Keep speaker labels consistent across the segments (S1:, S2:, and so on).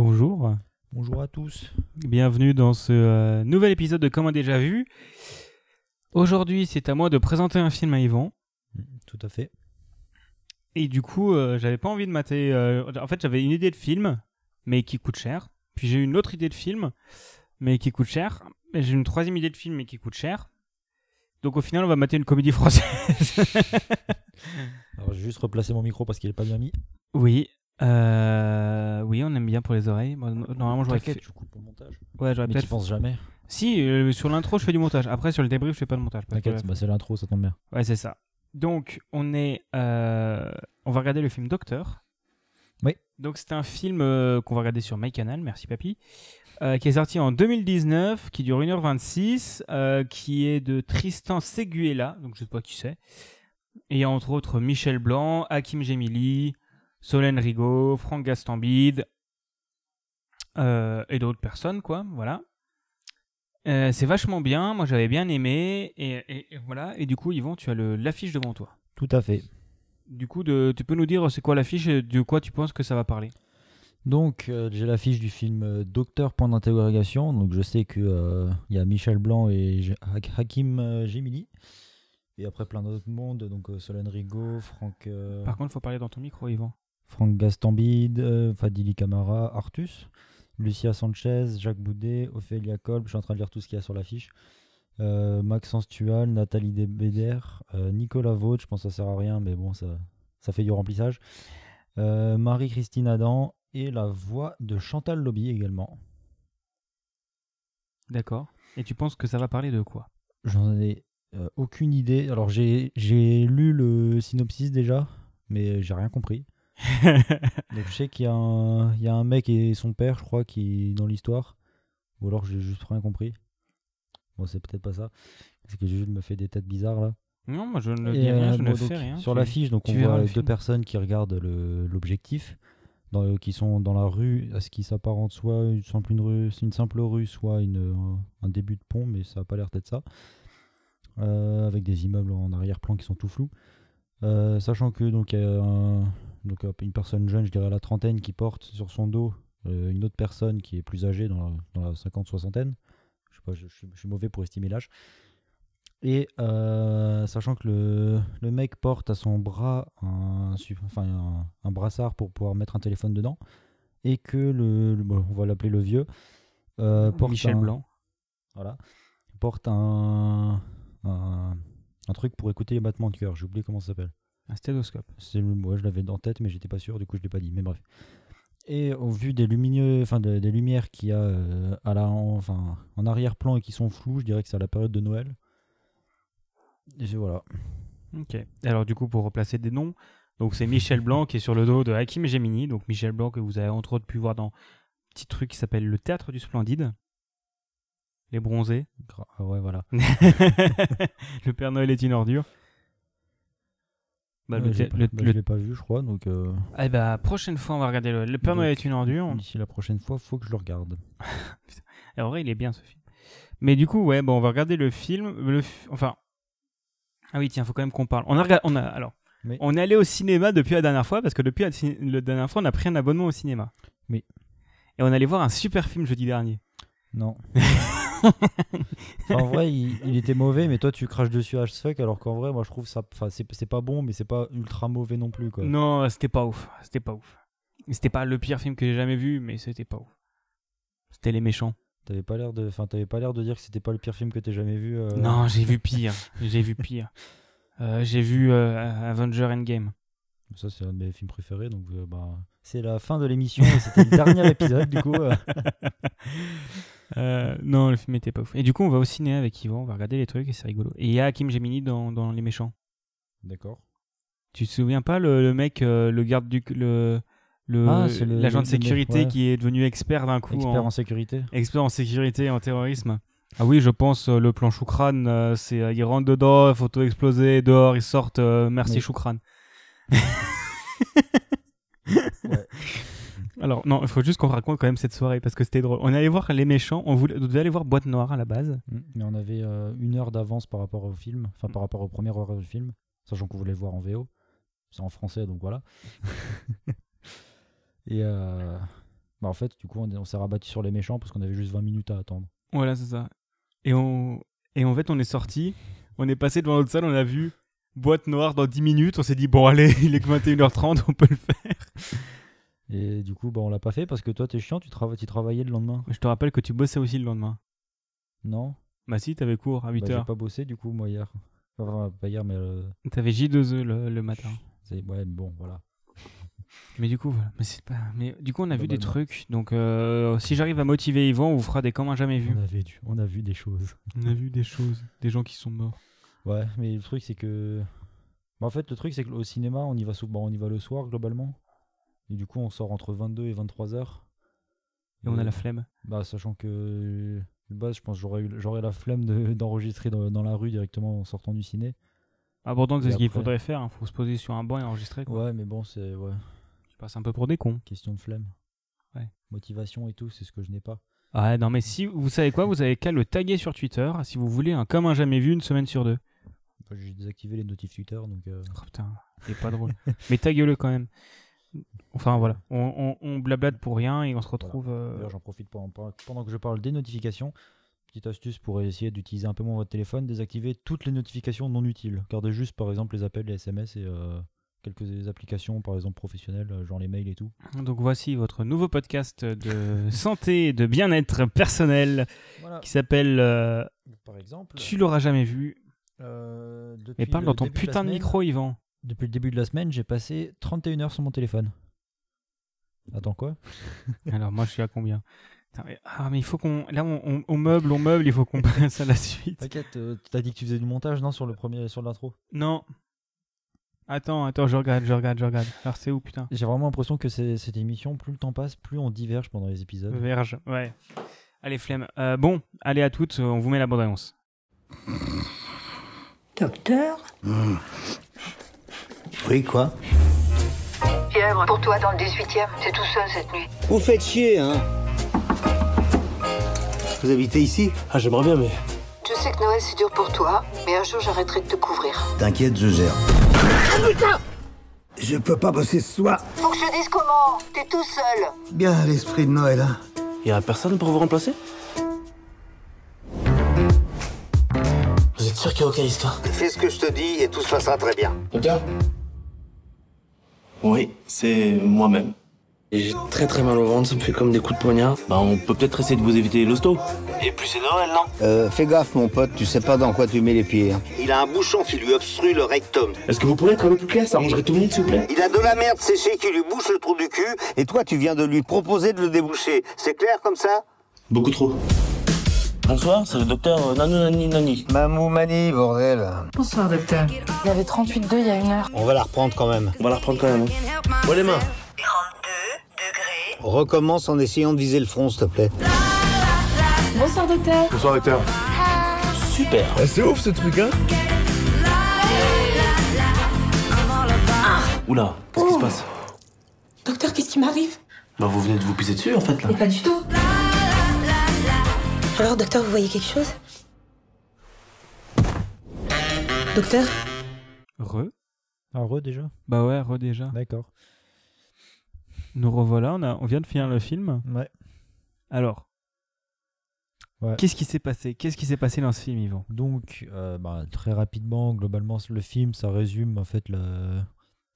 S1: Bonjour,
S2: Bonjour à tous.
S1: bienvenue dans ce euh, nouvel épisode de Comment déjà vu. Aujourd'hui, c'est à moi de présenter un film à Yvan.
S2: Mm, Tout à fait.
S1: Et du coup, euh, j'avais pas envie de mater. euh, en fait, j'avais une idée de film, mais qui coûte cher. Puis j'ai une autre idée de film, mais qui coûte cher. Et j'ai une troisième idée de film, mais qui coûte cher. Donc au final, on va mater une comédie française.
S2: Alors, j'ai juste replacé mon micro parce qu'il est pas bien mis.
S1: oui. euh, oui, on aime bien pour les oreilles. Bon, Euh, normalement, j'aurais
S2: T'inquiète,
S1: fait-
S2: je coupe le montage.
S1: ouais, j'aurais
S2: Mais
S1: peut-être
S2: tu penses jamais.
S1: Si, euh, sur l'intro, je fais du montage. Après, sur le débrief, je fais pas de montage. parce que-
S2: T'inquiète, bah, c'est l'intro, ça tombe bien.
S1: Ouais, c'est ça. Donc, on est. euh, On va regarder le film Docteur.
S2: Oui.
S1: Donc, c'est un film euh, qu'on va regarder sur MyCanal, merci papy, euh, qui est sorti en 2019, qui dure 1h26, euh, qui est de Tristan Seguela, donc je sais pas qui c'est. Et il y a entre autres Michel Blanc, Hakim Gemili, Solène Rigaud, Franck Gastambide, euh, et d'autres personnes, quoi, voilà. Euh, c'est vachement bien, moi j'avais bien aimé, et, et- et voilà, et du coup Yvon, tu as le- l'affiche devant toi.
S2: Tout à fait.
S1: Du coup, de- tu peux nous dire euh, c'est quoi l'affiche et de quoi tu penses que ça va parler
S2: Donc, euh, j'ai l'affiche du film euh, Docteur point d'interrogation. Donc, je sais que euh, il y a Michel Blanc et J- Hak- Hakim euh, Gemili. Et après, plein d'autres mondes. Donc, euh, Solène Rigaud, Franck, euh,
S1: Par contre, faut parler dans ton micro, Yvon.
S2: Franck Gastambide, euh, Fadili Camara, Artus, Lucia Sanchez, Jacques Boudet, Ophélia Kolb. Je suis en train de lire tout ce qu'il y a sur l'affiche. Euh, Maxence Tual, Nathalie Debeder, euh, Nicolas Vaut, je pense que ça sert à rien, mais bon, ça, ça fait du remplissage. Euh, Marie-Christine Adam et la voix de Chantal Lobby également.
S1: D'accord. Et tu penses que ça va parler de quoi
S2: J'en ai euh, aucune idée. Alors, j'ai j'ai lu le synopsis déjà, mais j'ai rien compris. Donc je sais qu'il y, a un- il y a un mec et son père, je crois, qui est dans l'histoire. Ou alors j'ai juste rien compris. Bon, c'est peut-être pas ça. Parce que Jules me fait des têtes bizarres là.
S1: Non, moi je ne
S2: Et,
S1: dis rien,
S2: euh,
S1: je
S2: bon,
S1: ne
S2: donc,
S1: fais rien.
S2: Sur
S1: Tu-
S2: l'affiche, donc
S1: tu
S2: on
S1: verras
S2: voit
S1: le
S2: deux
S1: film.
S2: personnes qui regardent le- l'objectif, dans- qui sont dans la rue, à ce qui s'apparente soit une simple, une rue, c'est une simple rue, soit une, euh, un début de pont, mais ça n'a pas l'air d'être ça. Euh, avec des immeubles en arrière-plan qui sont tout flous. Euh, sachant que donc il y a un- donc euh, une personne jeune, je dirais la trentaine, qui porte sur son dos euh, une autre personne qui est plus âgée, dans la, dans la 50-soixantaine. Je sais pas, je- je suis- je suis mauvais pour estimer l'âge. Et euh, sachant que le, le mec porte à son bras un, su- enfin un, un brassard pour pouvoir mettre un téléphone dedans, et que le, le- bon, on va l'appeler le vieux, euh, porte
S1: Michel
S2: un-
S1: Blanc.
S2: voilà, porte un, un, un truc pour écouter les battements de cœur. J'ai oublié comment ça s'appelle.
S1: Un stéthoscope.
S2: C'est le ouais, je l'avais en tête, mais j'étais pas sûr, du coup je l'ai pas dit. Mais bref. Et au vu des lumineux, enfin de- des lumières qu'il y a euh, à la, en- enfin en arrière-plan et qui sont floues, je dirais que c'est à la période de Noël. Et c'est- voilà.
S1: Ok. Alors, du coup, pour replacer des noms, donc c'est Michel Blanc qui est sur le dos de Hakim Gemini. Donc, Michel Blanc que vous avez entre autres pu voir dans un petit truc qui s'appelle Le Théâtre du Splendide. Les Bronzés.
S2: Gra- ah ouais, voilà.
S1: le Père Noël est une ordure. Bah, le
S2: Ouais, j'ai
S1: thé-
S2: pas-
S1: le-
S2: bah,
S1: le-
S2: je l'ai pas vu, je crois, donc euh,
S1: Eh bah, prochaine fois, on va regarder le, le Père
S2: Donc,
S1: Noël est une ordure.
S2: d'ici la prochaine fois, faut que je le regarde.
S1: Et en vrai, il est bien ce film. Mais du coup, ouais, bon, on va regarder le film. Le fi- Enfin. Ah oui, tiens, faut quand même qu'on parle. On a, rega- on a, alors,
S2: Oui.
S1: on est allé au cinéma depuis la dernière fois, parce que depuis la, cin- la dernière fois, on a pris un abonnement au cinéma.
S2: Oui.
S1: Et on allait voir un super film jeudi dernier.
S2: Non. Enfin, en vrai, il, il était mauvais, mais toi tu craches dessus as fuck, alors qu'en vrai, moi je trouve ça, enfin c'est c'est pas bon, mais c'est pas ultra mauvais non plus quoi.
S1: Non, c'était pas ouf. C'était pas ouf. C'était pas le pire film que j'ai jamais vu, mais c'était pas ouf. C'était Les Méchants.
S2: T'avais pas l'air de, enfin t'avais pas l'air de dire que c'était pas le pire film que t'aies jamais vu. euh,
S1: Non, j'ai vu pire. j'ai vu pire. Euh, j'ai vu euh, Avenger Endgame.
S2: Ça, c'est un de mes films préférés. Donc, euh, bah, c'est la fin de l'émission. et C'était le dernier épisode, du coup. euh.
S1: Euh, non, le film était pas ouf. Et du coup, on va au ciné avec Yvan, on va regarder les trucs et c'est rigolo. Et il y a Hakim Gemini dans, dans Les Méchants.
S2: D'accord.
S1: Tu te souviens pas le, le mec, euh, le garde du. le le-
S2: Ah, c'est le-
S1: l'agent de
S2: le mec,
S1: sécurité
S2: ouais.
S1: qui est devenu expert d'un coup
S2: Expert
S1: en,
S2: en sécurité.
S1: expert en sécurité et en terrorisme. Ah oui, je pense euh, le plan Choukran, euh, c'est euh, ils rentrent dedans, faut tout exploser, dehors ils sortent, euh, merci
S2: Oui.
S1: Choukran. Alors non, il faut juste qu'on raconte quand même cette soirée parce que c'était drôle. On est allé voir les méchants, on, voulait, on devait aller voir Boîte Noire à la base.
S2: Mm. Mais on avait euh, une heure d'avance par rapport au film. Enfin, par rapport au premier horaire du film. Sachant qu'on voulait le voir en VO. C'est en français, donc voilà. Et. euh, bah, Bah, en fait, du coup, on, on s'est rabattu sur les méchants parce qu'on avait juste 20 minutes à attendre.
S1: Voilà, c'est ça. Et, on... et en fait, on est sorti, on est passé devant notre salle, on a vu boîte noire dans 10 minutes. On s'est dit, bon, allez, il est que 21h30, on peut le faire.
S2: Et du coup, bah, on l'a pas fait parce que toi, t'es chiant, tu, trava- tu travaillais le lendemain.
S1: Je te rappelle que tu bossais aussi le lendemain.
S2: Non
S1: Bah, si, t'avais cours à 8h.
S2: Bah, J'ai pas bossé du coup, moi, hier. Enfin, pas hier, mais. euh,
S1: T'avais J2E le, le matin.
S2: c'est- Ouais, mais bon, voilà.
S1: Mais du coup, voilà. Mais c'est pas... hein. Mais du coup, on a vu des
S2: Globalement.
S1: trucs. Donc, euh, si j'arrive à motiver Yvan, on vous fera des comme un jamais vu.
S2: On, avait du- on a vu des choses.
S1: On a vu des choses, des gens qui sont morts.
S2: Ouais, mais le truc c'est que. Bah, en fait, le truc c'est que au cinéma, on y va sou- bah, on y va le soir globalement. Et du coup, on sort entre 22 et 23 heures.
S1: Et on a la flemme.
S2: Bah, sachant que de base, je pense que j'aurais eu- j'aurais la flemme de- d'enregistrer dans, dans la rue directement en sortant du ciné.
S1: Abordant, Ah, c'est
S2: Et
S1: ce qu'il
S2: après-
S1: faudrait faire. hein. Faut se poser sur un banc et enregistrer. Quoi.
S2: Ouais, mais bon, c'est ouais,
S1: Tu passes un peu pour des cons.
S2: question de flemme.
S1: Ouais.
S2: Motivation et tout, c'est ce que je n'ai pas.
S1: Ouais, Ah, non, mais si vous savez quoi, vous avez qu'à le taguer sur Twitter si vous voulez un comme un jamais vu une semaine sur deux.
S2: Bah, J'ai désactivé les notifs Twitter, donc euh,
S1: Oh, putain, c'est pas drôle. mais taguez-le quand même. Enfin voilà, on, on, on blablate pour rien et on se retrouve. euh,
S2: D'ailleurs, j'en profite pendant, pendant- pendant que je parle des notifications. Petite astuce pour essayer d'utiliser un peu moins votre téléphone, désactiver toutes les notifications non utiles. Gardez juste par exemple les appels, les SMS et euh, quelques applications, par exemple professionnelles, euh, genre les mails et tout.
S1: Donc voici votre nouveau podcast de santé et de bien-être personnel
S2: Voilà.
S1: qui s'appelle euh,
S2: Par exemple, euh,
S1: Tu l'auras jamais vu. Mais parle dans ton putain de micro, Yvan.
S2: Depuis le début de la semaine, j'ai passé 31 heures sur mon téléphone. Attends quoi
S1: Alors moi je suis à combien Putain, mais- Ah mais il faut qu'on... Là on, on- on meuble, on meuble, il faut qu'on passe à la suite.
S2: T'inquiète, euh, t'as dit que tu faisais du montage, non, sur le premier, sur l'intro
S1: Non. Attends, attends, je regarde, je regarde, je regarde. Alors c'est où putain
S2: J'ai vraiment l'impression que c'est- cette émission, plus le temps passe, plus on diverge pendant les épisodes.
S1: Verge, ouais. Allez flemme. Euh, bon, allez à toutes, on vous met la bande-annonce.
S3: Docteur
S4: Oui, quoi
S5: Fièvre pour toi dans le 18e, c'est tout seul cette nuit.
S4: Vous faites chier, hein Vous habitez ici
S6: Ah, j'aimerais bien, mais
S5: Je sais que Noël c'est dur pour toi, mais un jour j'arrêterai de te couvrir.
S4: T'inquiète, je gère. Ah, Je peux pas bosser ce soir.
S5: Faut que je te dise comment T'es tout seul
S4: Bien l'esprit de Noël, hein
S6: il y aura personne pour vous remplacer Vous êtes sûr qu'il n'y a aucune histoire
S4: Fais ce que je te dis et tout se passera très bien.
S6: Docteur Oui, c'est moi-même. Et j'ai très très mal au ventre, ça me fait comme des coups de poignard. Bah, on peut peut-être essayer de vous éviter l'hosto. Et puis c'est Noël, non
S4: Euh, fais gaffe, mon pote, tu sais pas dans quoi tu mets les pieds. hein. Il a un bouchon qui lui obstrue le rectum.
S6: Est-ce que vous pourrez être un peu plus clair Ça arrangerait tout le monde, s'il vous plaît
S4: Il a de la merde séchée qui lui bouche le trou du cul, et toi, tu viens de lui proposer de le déboucher. C'est clair comme ça
S6: Beaucoup trop. Bonsoir, c'est le docteur Nanou Nani Nani.
S4: Mamou Mani, bordel.
S7: Bonsoir, docteur.
S8: Il y avait 38 2 il y a une heure.
S4: On va la reprendre quand même.
S6: On va la reprendre quand même. hein. Bon, les mains
S4: Recommence en essayant de viser le front, s'il te plaît.
S7: Bonsoir, docteur.
S6: Super Ah.
S4: C'est ouf, ce truc, hein
S6: Oula, qu'est-ce qui se passe
S7: Docteur, qu'est-ce qui m'arrive
S6: Bah, vous venez de vous pisser dessus, en fait, là.
S7: Pas du tout.
S8: Alors, docteur, vous voyez quelque chose Docteur
S1: Re
S2: Ah, re déjà
S1: Bah ouais, re déjà.
S2: D'accord.
S1: Nous revoilà, on, a- on vient de finir le film.
S2: Ouais.
S1: Alors,
S2: Ouais.
S1: qu'est-ce qui s'est passé Qu'est-ce qui s'est passé dans ce film, Yvan
S2: Donc, euh, bah, très rapidement, globalement, le film, ça résume en fait la,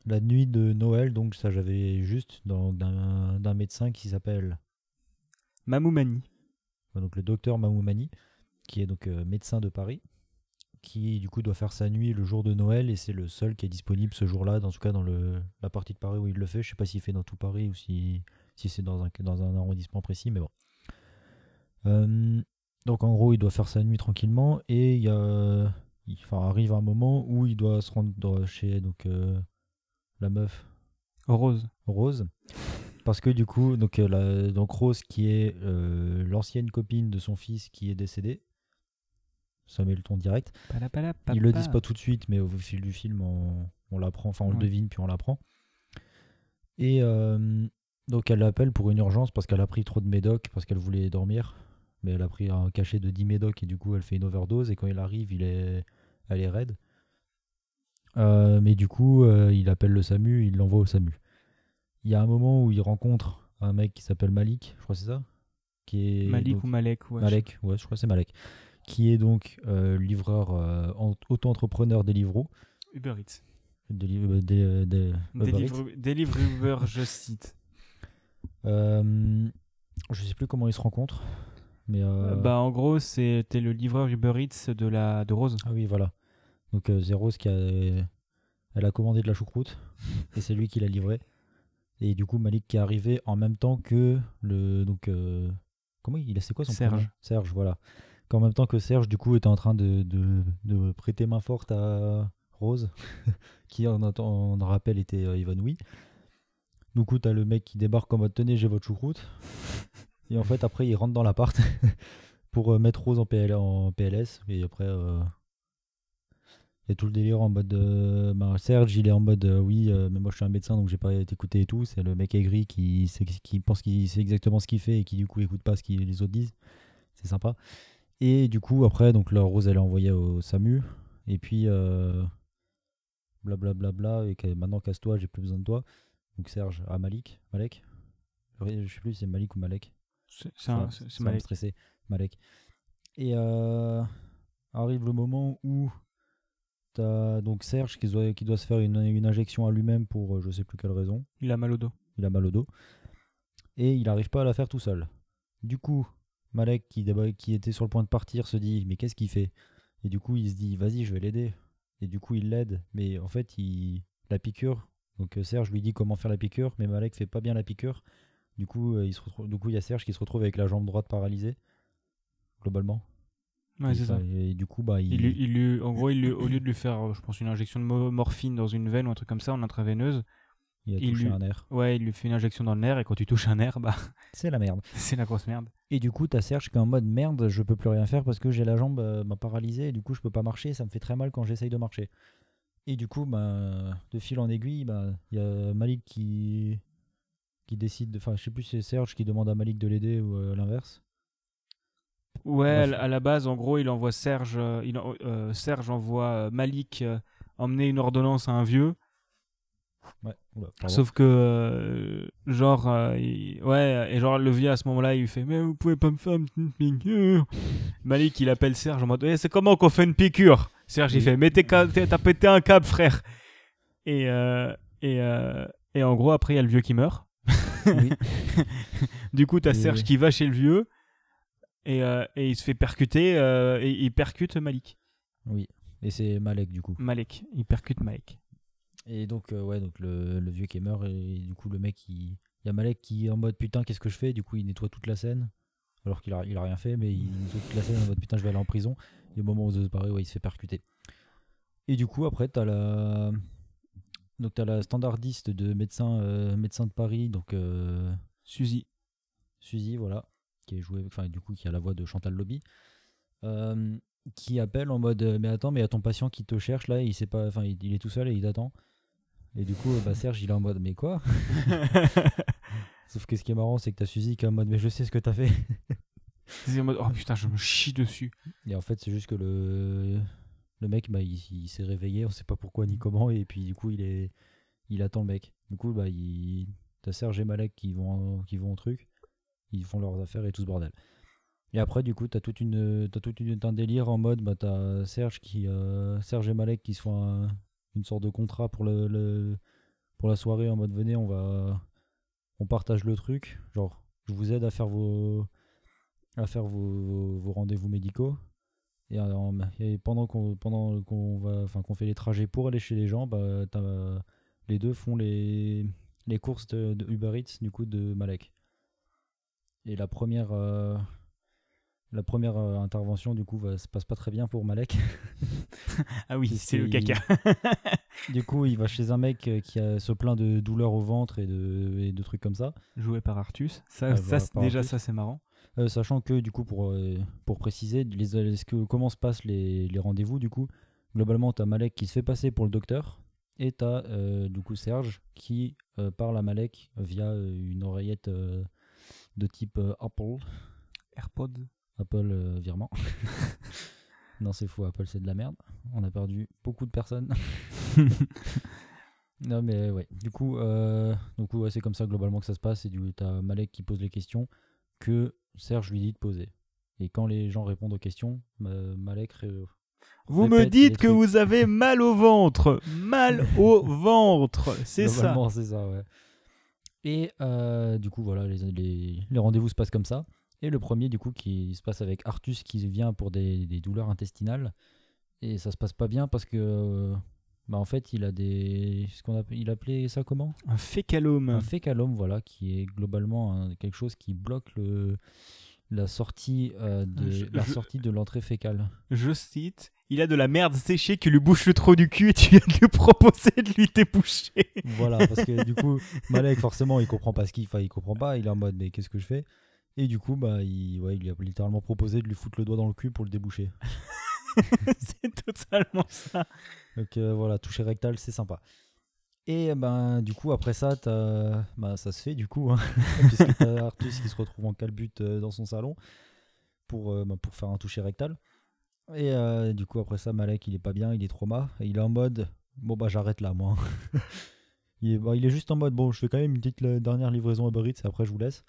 S2: la nuit de Noël. Donc, ça, j'avais juste dans- d'un d'un médecin qui s'appelle
S1: Mamoumani.
S2: enfin, donc le docteur Mamoumani, qui est donc euh, médecin de Paris, qui du coup doit faire sa nuit le jour de Noël et c'est le seul qui est disponible ce jour-là, en tout cas dans le, la partie de Paris où il le fait. Je sais pas s'il fait dans tout Paris ou si, si c'est dans un, dans un arrondissement précis, mais bon. Euh, donc en gros, il doit faire sa nuit tranquillement et il y a- il enfin, arrive un moment où il doit se rendre dans- chez donc euh, la meuf
S1: Rose.
S2: Rose. Parce que du coup, donc, euh, la- donc Rose, qui est euh, l'ancienne copine de son fils qui est décédé, ça met le ton direct. Ils le disent pas tout de suite, mais au fil du film, on, on l'apprend, enfin on le
S1: Ouais.
S2: devine, puis on l'apprend. Et euh, donc elle l'appelle pour une urgence parce qu'elle a pris trop de médocs, parce qu'elle voulait dormir. Mais elle a pris un cachet de 10 médocs et du coup elle fait une overdose. Et quand il arrive, il est, elle est raide. Euh, mais du coup, euh, il appelle le SAMU, il l'envoie au SAMU. Il y a un moment où il rencontre un mec qui s'appelle Malik, je crois que c'est ça qui est
S1: Malik
S2: donc-
S1: ou Malek, ouais.
S2: Malek, ouais, je crois que c'est Malek, qui est donc euh, livreur, euh, en- auto-entrepreneur des livreaux.
S1: Uber Eats.
S2: Des, li- euh, des- euh, des- Uber Eats.
S1: Deliver- Deliver Uber, je cite.
S2: Euh, je sais plus comment ils se rencontrent, mais euh,
S1: Bah, en gros, c'était le livreur Uber Eats de, la... de Rose.
S2: ah oui, voilà. Donc euh, c'est Rose qui a, elle a commandé de la choucroute et c'est lui qui l'a livrée. Et du coup Malik qui est arrivé en même temps que le donc euh, comment il a c'est quoi son
S1: Serge.
S2: prénom Serge, voilà. Qu'en même temps que Serge du coup était en train de, de- de prêter main forte à Rose, qui en, atten- en rappel était euh, évanouie. Du coup, t'as le mec qui débarque en mode tenez, j'ai votre choucroute. Et en fait, après, il rentre dans l'appart pour euh, mettre Rose en, PL, en PLS. Et après, euh, il y a tout le délire en mode euh, bah, Serge, il est en mode euh, oui, euh, mais moi je suis un médecin donc j'ai pas été écouté et tout. C'est le mec aigri qui, sait- qui pense qu'il sait exactement ce qu'il fait et qui du coup écoute pas ce que les autres disent. C'est sympa. Et du coup, après, donc là, Rose, elle est envoyée au SAMU. Et puis, euh, blablabla, et que- maintenant casse-toi, j'ai plus besoin de toi. Donc Serge à Malik. Malek Je je sais plus si c'est Malik ou Malek.
S1: C'est- C'est
S2: Ça va-
S1: un-
S2: ça
S1: c'est-
S2: va
S1: c'est
S2: me
S1: Malek.
S2: stresser, Malek. Et euh, arrive le moment où t'as donc Serge qui doit, qui doit se faire une, une injection à lui-même pour euh, je sais plus quelle raison.
S1: Il a mal au dos.
S2: Il a mal au dos. Et il n'arrive pas à la faire tout seul. Du coup, Malek, qui, déba- qui était sur le point de partir, se dit Mais qu'est-ce qu'il fait Et du coup, il se dit Vas-y, je vais l'aider. Et du coup, il l'aide. Mais en fait, il la piqûre. Donc euh, Serge lui dit comment faire la piqûre, mais Malek fait pas bien la piqûre. Du coup, euh, il se retrouve... du coup, il y a Serge qui se retrouve avec la jambe droite paralysée, globalement.
S1: Ouais,
S2: et,
S1: c'est ça.
S2: enfin, et du coup, bah, il...
S1: Il, lui- il lui- en gros, il lui- au lieu de lui faire, euh, je pense, une injection de mo- morphine dans une veine ou un truc comme ça, en intraveineuse,
S2: il a
S1: il
S2: touché
S1: lui-
S2: un nerf.
S1: ouais, il lui fait une injection dans le nerf et quand tu touches un nerf, bah,
S2: C'est la merde.
S1: c'est la grosse merde.
S2: Et du coup, t'as Serge qui est en mode merde, je peux plus rien faire parce que j'ai la jambe euh, bah, paralysée et du coup, je peux pas marcher. Ça me fait très mal quand j'essaye de marcher. Et du coup, bah, de fil en aiguille, bah, il y a Malik qui, qui décide, de- enfin, je sais plus si c'est Serge qui demande à Malik de l'aider ou euh, l'inverse.
S1: Ouais,
S2: Bah,
S1: à la-
S2: faut-
S1: à la base, en gros, il envoie Serge, euh, il en- euh, Serge envoie euh, Malik euh, emmener une ordonnance à un vieux.
S2: Ouais, oula, pardon.
S1: Sauf que, euh, genre, euh, il- ouais, et genre, le vieux à ce moment-là, il lui fait Mais vous pouvez pas me faire une petite piqûre Malik, il appelle Serge en mode Eh, C'est comment qu'on fait une piqûre Serge, il
S2: Oui.
S1: fait Mais t'es ca- t'es- t'as pété un câble, frère Et, euh, et, euh, et en gros, après, il y a le vieux qui meurt.
S2: Oui.
S1: Du coup, t'as
S2: Et-
S1: Serge qui va chez le vieux et, euh, et il se fait percuter euh, et il percute Malik.
S2: oui. Et c'est Malek du coup.
S1: Malek, il percute Malek.
S2: Et donc, euh, ouais, donc le, le vieux qui meurt, et du coup, le mec, il il y a Malek qui est en mode putain, qu'est-ce que je fais Du coup, il nettoie toute la scène, alors qu'il a, il a rien fait, mais il nettoie toute la scène en mode putain, je vais aller en prison. Et au moment où Zeus paraît, ouais, il se fait percuter. Et du coup, après, t'as la. Donc, t'as la standardiste de médecin, euh, médecin de Paris, donc euh,
S1: Suzy.
S2: Suzy, voilà, qui est jouée, enfin, du coup, qui a la voix de Chantal Lobby, euh, qui appelle en mode euh, Mais attends, mais il y a ton patient qui te cherche là, il sait pas, enfin, il, il est tout seul et il t'attend. Et du coup, euh, bah, Serge, il est en mode Mais quoi Sauf que ce qui est marrant, c'est que t'as Suzy qui est en mode Mais je sais ce que t'as fait.
S1: C'est en mode Oh putain, je me chie dessus.
S2: Et en fait, c'est juste que le, le mec, bah, il, il s'est réveillé, on sait pas pourquoi ni comment, et puis du coup, il, est, il attend le mec. Du coup, bah, il, t'as Serge et Malek qui vont, en- qui vont au truc, ils font leurs affaires et tout ce bordel. Et après, du coup, t'as toute une, t'as toute une, t'as un délire en mode, bah, t'as Serge qui, euh, Serge et Malek qui se font un- une sorte de contrat pour le, le- pour la soirée en mode, venez, on va, on partage le truc, genre, je vous aide à faire vos, à faire vos- vos- vos rendez-vous médicaux. Et, euh, en- et pendant qu'on pendant qu'on va enfin qu'on fait les trajets pour aller chez les gens, bah, t'as- les deux font les les courses de, de Uber Eats du coup de Malek. Et la première euh, la première euh, intervention du coup va, se passe pas très bien pour Malek.
S1: Ah oui,
S2: Parce
S1: c'est le
S2: qu'il-
S1: caca.
S2: du coup, il va chez un mec euh, qui a, se plaint de douleurs au ventre et de, et de trucs comme ça.
S1: Joué par Artus. Ça,
S2: Ah,
S1: ça
S2: voilà,
S1: c'est-
S2: par
S1: déjà,
S2: Artus.
S1: ça, c'est marrant.
S2: Euh, sachant que du coup pour, euh, pour préciser les, euh, ce que, comment se passent les, les rendez-vous du coup globalement t'as Malek qui se fait passer pour le docteur et t'as euh, du coup Serge qui euh, parle à Malek via euh, une oreillette euh, de type euh, Apple
S1: AirPod.
S2: Apple euh, virement non c'est faux Apple c'est de la merde on a perdu beaucoup de personnes Non, mais ouais. Du coup, euh, donc, ouais, c'est comme ça globalement que ça se passe. Et du coup, t'as Malek qui pose les questions que Serge lui dit de poser. Et quand les gens répondent aux questions, euh, Malek. ré-
S1: Vous
S2: Répète
S1: me dites
S2: les
S1: que
S2: trucs.
S1: vous avez mal au ventre. Mal au ventre. C'est ça.
S2: Globalement, c'est ça, ouais. Et euh, du coup, voilà, les, les, les rendez-vous se passent comme ça. Et le premier, du coup, qui se passe avec Artus qui vient pour des, des douleurs intestinales. Et ça se passe pas bien parce que. euh, Bah, en fait, il a des. Ce qu'on appelle- il appelait ça comment
S1: Un
S2: Un
S1: fécalome.
S2: fécalome, voilà, qui est globalement un- quelque chose qui bloque le. La sortie, euh, de,
S1: Je-
S2: la
S1: je-
S2: sortie de l'entrée fécale.
S1: Je cite. Il a de la merde séchée qui lui bouche le trou du cul et tu viens de lui proposer de lui déboucher.
S2: Voilà, parce que du coup, Malek, forcément, il comprend pas ce qu'il fait, il comprend pas, il est en mode, mais qu'est-ce que je fais Et du coup, bah, il, ouais, il lui a littéralement proposé de lui foutre le doigt dans le cul pour le déboucher.
S1: c'est totalement ça.
S2: Donc euh, voilà, toucher rectal, c'est sympa. Et ben, du coup, après ça, t'as- bah, ça se fait, du coup, hein, puisque t'as Artus qui se retrouve en calbute euh, dans son salon pour, euh, bah, pour faire un toucher rectal. Et euh, du coup, après ça, Malek, il est pas bien, il est trauma, et il est en mode, bon bah j'arrête là, moi. il, est, bah, il est juste en mode, bon, je fais quand même une petite la dernière livraison à Beritz, après je vous laisse.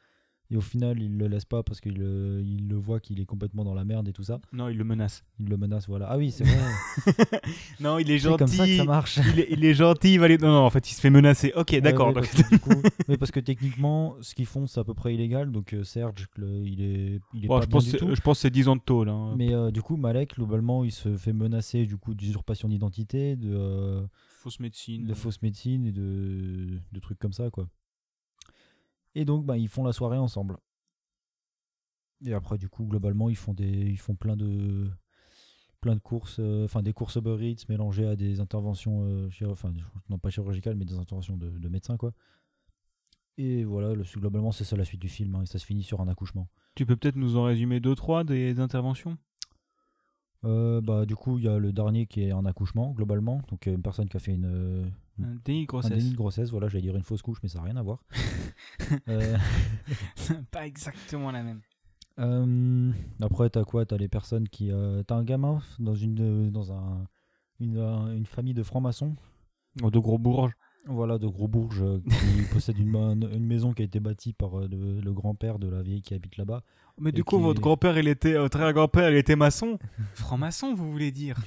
S2: Et au final, il le laisse pas parce qu'il euh, il le voit qu'il est complètement dans la merde et tout ça.
S1: Non, il le menace.
S2: Il le menace, voilà. Ah oui, c'est vrai.
S1: Non, il est
S2: c'est comme ça que
S1: gentil.
S2: ça marche.
S1: il, est, il est gentil. Il va aller... Non, non, en fait, il se fait menacer. Ok,
S2: Ouais,
S1: d'accord.
S2: ouais,
S1: donc-
S2: parce que du coup- mais parce que techniquement, ce qu'ils font, c'est à peu près illégal. Donc euh, Serge, le- il est, il est
S1: Bon,
S2: pas
S1: je,
S2: bien
S1: pense
S2: du
S1: que c'est- euh,
S2: tout.
S1: je pense que c'est 10 ans de tôle. hein.
S2: Mais euh, du coup, Malek, globalement, il se fait menacer du coup d'usurpation d'identité, de, euh,
S1: Fausse médecine.
S2: de fausse médecine et de, de trucs comme ça, quoi. Et donc, bah, ils font la soirée ensemble. Et après, du coup, globalement, ils font des, ils font plein de, plein de courses, euh, enfin des courses Uber Eats mélangées à des interventions, euh, chiro- enfin non pas chirurgicales, mais des interventions de, de médecins, quoi. Et voilà, le, globalement, c'est ça la suite du film, hein, et ça se finit sur un accouchement.
S1: Tu peux peut-être nous en résumer deux, trois des interventions
S2: Euh, bah, du coup, il y a le dernier qui est un accouchement, globalement, donc euh, une personne qui a fait une, euh,
S1: Hmm. Un déni de
S2: Un
S1: grossesse.
S2: déni de grossesse, voilà, j'allais dire une fausse couche, mais ça n'a rien à voir. Euh,
S1: Pas exactement la même.
S2: euh, après, t'as quoi T'as les personnes qui. euh, t'as un gamin dans une, euh, dans un, une, un- une famille de francs-maçons,
S1: Oh, de gros bourges.
S2: voilà, de gros bourges, euh, qui possèdent une, ma- une maison qui a été bâtie par euh, le, le grand-père de la vieille qui habite là-bas.
S1: Mais du
S2: Et
S1: coup,
S2: qui-
S1: votre grand-père, il était. Votre arrière-grand-père, il était maçon. Franc-maçon, vous voulez dire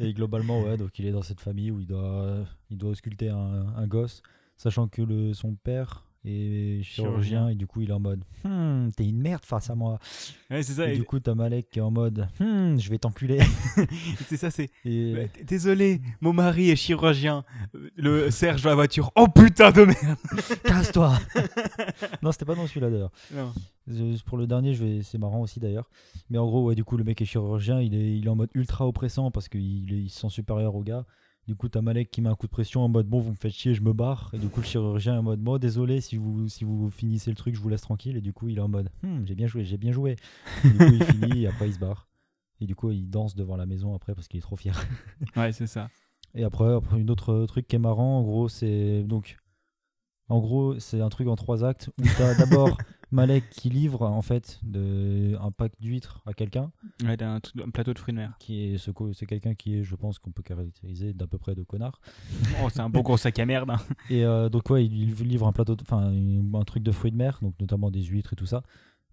S2: Et globalement, ouais, donc il est dans cette famille où il doit, euh, il doit ausculter un, un gosse, sachant que le, son père est chirurgien, et du coup, il est en mode Hum, t'es une merde face à moi.
S1: Ouais, c'est ça.
S2: Et
S1: et-
S2: du coup, t'as Malek qui est en mode Hmm, je vais t'enculer.
S1: C'est ça, c'est.
S2: Et
S1: Euh, d- Désolé, mon mari est chirurgien. Euh, Le Serge dans la voiture. Oh putain de merde
S2: casse-toi Non, c'était pas dans celui-là d'ailleurs.
S1: Non.
S2: Je- Pour le dernier, je vais... c'est marrant aussi d'ailleurs. Mais en gros, ouais, du coup, le mec est chirurgien, il est, il est en mode ultra oppressant parce qu'il est- il se sent supérieur au gars. Du coup, t'as Malek qui met un coup de pression en mode bon, vous me faites chier, je me barre. Et du coup, le chirurgien est en mode bon, désolé, si vous, si vous finissez le truc, je vous laisse tranquille. Et du coup, il est en mode Hmm, j'ai bien joué, j'ai bien joué. Et du coup, il finit et après, il se barre. Et du coup, il danse devant la maison après parce qu'il est trop fier.
S1: Ouais, c'est ça.
S2: Et après, après une autre euh, truc qui est marrant, en gros, c'est donc, en gros, c'est un truc en trois actes où t'as d'abord Malek qui livre en fait de, un pack d'huîtres à quelqu'un,
S1: Ouais, d'un t- un plateau de fruits de mer.
S2: qui est ce co- c'est quelqu'un qui est, je pense, qu'on peut caractériser d'à peu près de connard.
S1: Oh, c'est un bon gros sac à merde. hein.
S2: Et euh, donc ouais, il lui livre un plateau, de- enfin une- un truc de fruits de mer, donc notamment des huîtres et tout ça.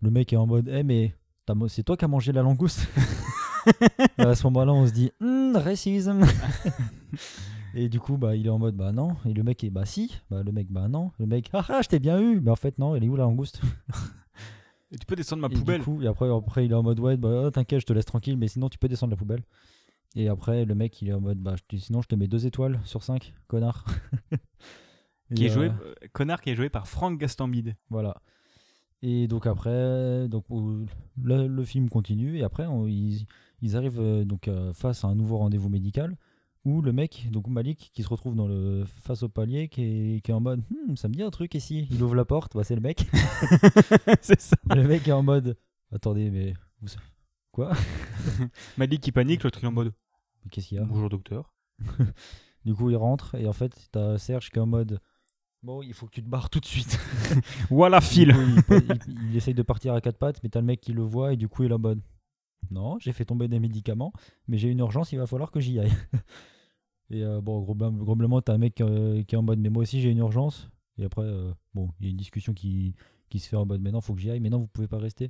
S2: Le mec est en mode, eh mais t'as mo- c'est toi qui as mangé la langouste. Et à ce moment-là, on se dit, Hmm, racisme. et du coup, bah il est en mode, bah non. Et le mec est, bah si. Bah le mec, bah non. Le mec, ah ah, je t'ai bien eu. Mais en fait non, elle est où la langouste
S1: Et tu peux descendre ma
S2: et du
S1: poubelle.
S2: coup- et après, après, il est en mode, ouais, bah, oh, t'inquiète, je te laisse tranquille, mais sinon, tu peux descendre la poubelle. Et après, le mec, il est en mode, bah, je te- sinon, je te mets deux étoiles sur 5, connard.
S1: Qui
S2: Et,
S1: est joué,
S2: euh,
S1: euh, connard qui est joué par Franck Gastambide.
S2: Voilà. Et donc après, donc, au- le, le film continue, et après, on- ils, ils arrivent euh, donc, euh, face à un nouveau rendez-vous médical, où le mec, donc Malik, qui se retrouve dans le, face au palier, qui est, qui est en mode, Hmm, ça me dit un truc ici. Il ouvre la porte, bah, c'est le mec.
S1: c'est ça.
S2: le mec est en mode, attendez, mais vous-
S1: Malik qui panique, l'autre il est en mode
S2: qu'est-ce qu'il y a
S1: Bonjour docteur.
S2: Du coup, il rentre et en fait, t'as Serge qui est en mode Bon, il faut que tu te barres tout de suite.
S1: Voilà,
S2: Du
S1: file
S2: coup, il, pa- il- il essaye de partir à quatre pattes, mais t'as le mec qui le voit et du coup, il est en mode Non, j'ai fait tomber des médicaments, mais j'ai une urgence, il va falloir que j'y aille. Et euh, bon, gros blâme- gros blâmement, t'as un mec euh, qui est en mode, mais moi aussi j'ai une urgence. Et après, euh, bon, il y a une discussion qui, qui se fait en mode, mais non, faut que j'y aille, mais non, vous pouvez pas rester.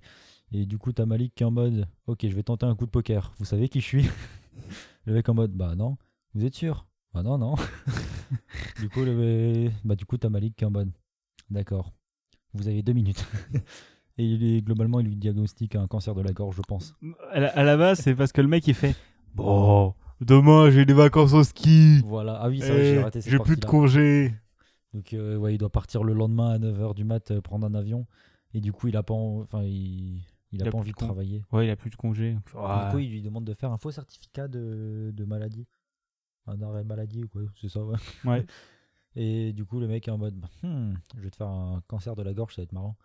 S2: Et du coup, t'as Malik qui est en mode, ok, je vais tenter un coup de poker. Vous savez qui je suis Le mec en mode, bah non, vous êtes sûr Bah non, non. du coup, le, bah, du coup, t'as Malik qui est en mode, d'accord, vous avez deux minutes. Et il est, globalement, il lui diagnostique un cancer de la gorge, je pense.
S1: À la, à la base, c'est parce que le mec, il fait Bon, demain, j'ai des vacances au ski.
S2: Voilà, ah oui, ça,
S1: Eh,
S2: j'ai raté cette
S1: J'ai plus de
S2: partie-là.
S1: congés.
S2: Donc euh, ouais, il doit partir le lendemain à 9h du mat euh, prendre un avion et du coup, il a pas en- enfin il, il a
S1: Il a
S2: pas
S1: plus
S2: envie
S1: de
S2: de
S1: temps.
S2: travailler.
S1: Ouais, il a plus de congés. Ah.
S2: Du coup, il lui demande de faire un faux certificat de, de maladie. Un arrêt maladie ou quoi, c'est ça ouais.
S1: Ouais.
S2: Et du coup, le mec est en mode Hmm, je vais te faire un cancer de la gorge, ça va être marrant.